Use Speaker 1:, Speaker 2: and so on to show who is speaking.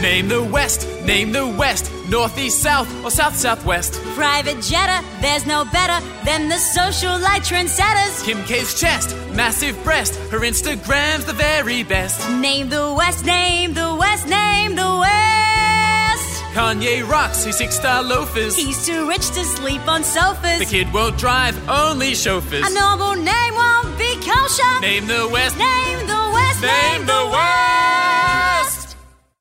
Speaker 1: Name the West, name the West, Northeast, South, or South Southwest.
Speaker 2: Private Jetta, there's no better than the socialite trendsetters.
Speaker 1: Kim K's chest, massive breast, her Instagram's the very best.
Speaker 2: Name the West, name the West, name the West.
Speaker 1: Kanye rocks his six star loafers.
Speaker 2: He's too rich to sleep on sofas.
Speaker 1: The kid won't drive, only chauffeurs.
Speaker 2: A normal name won't be kosher.
Speaker 1: Name the West,
Speaker 2: Name the West,
Speaker 1: Name the West.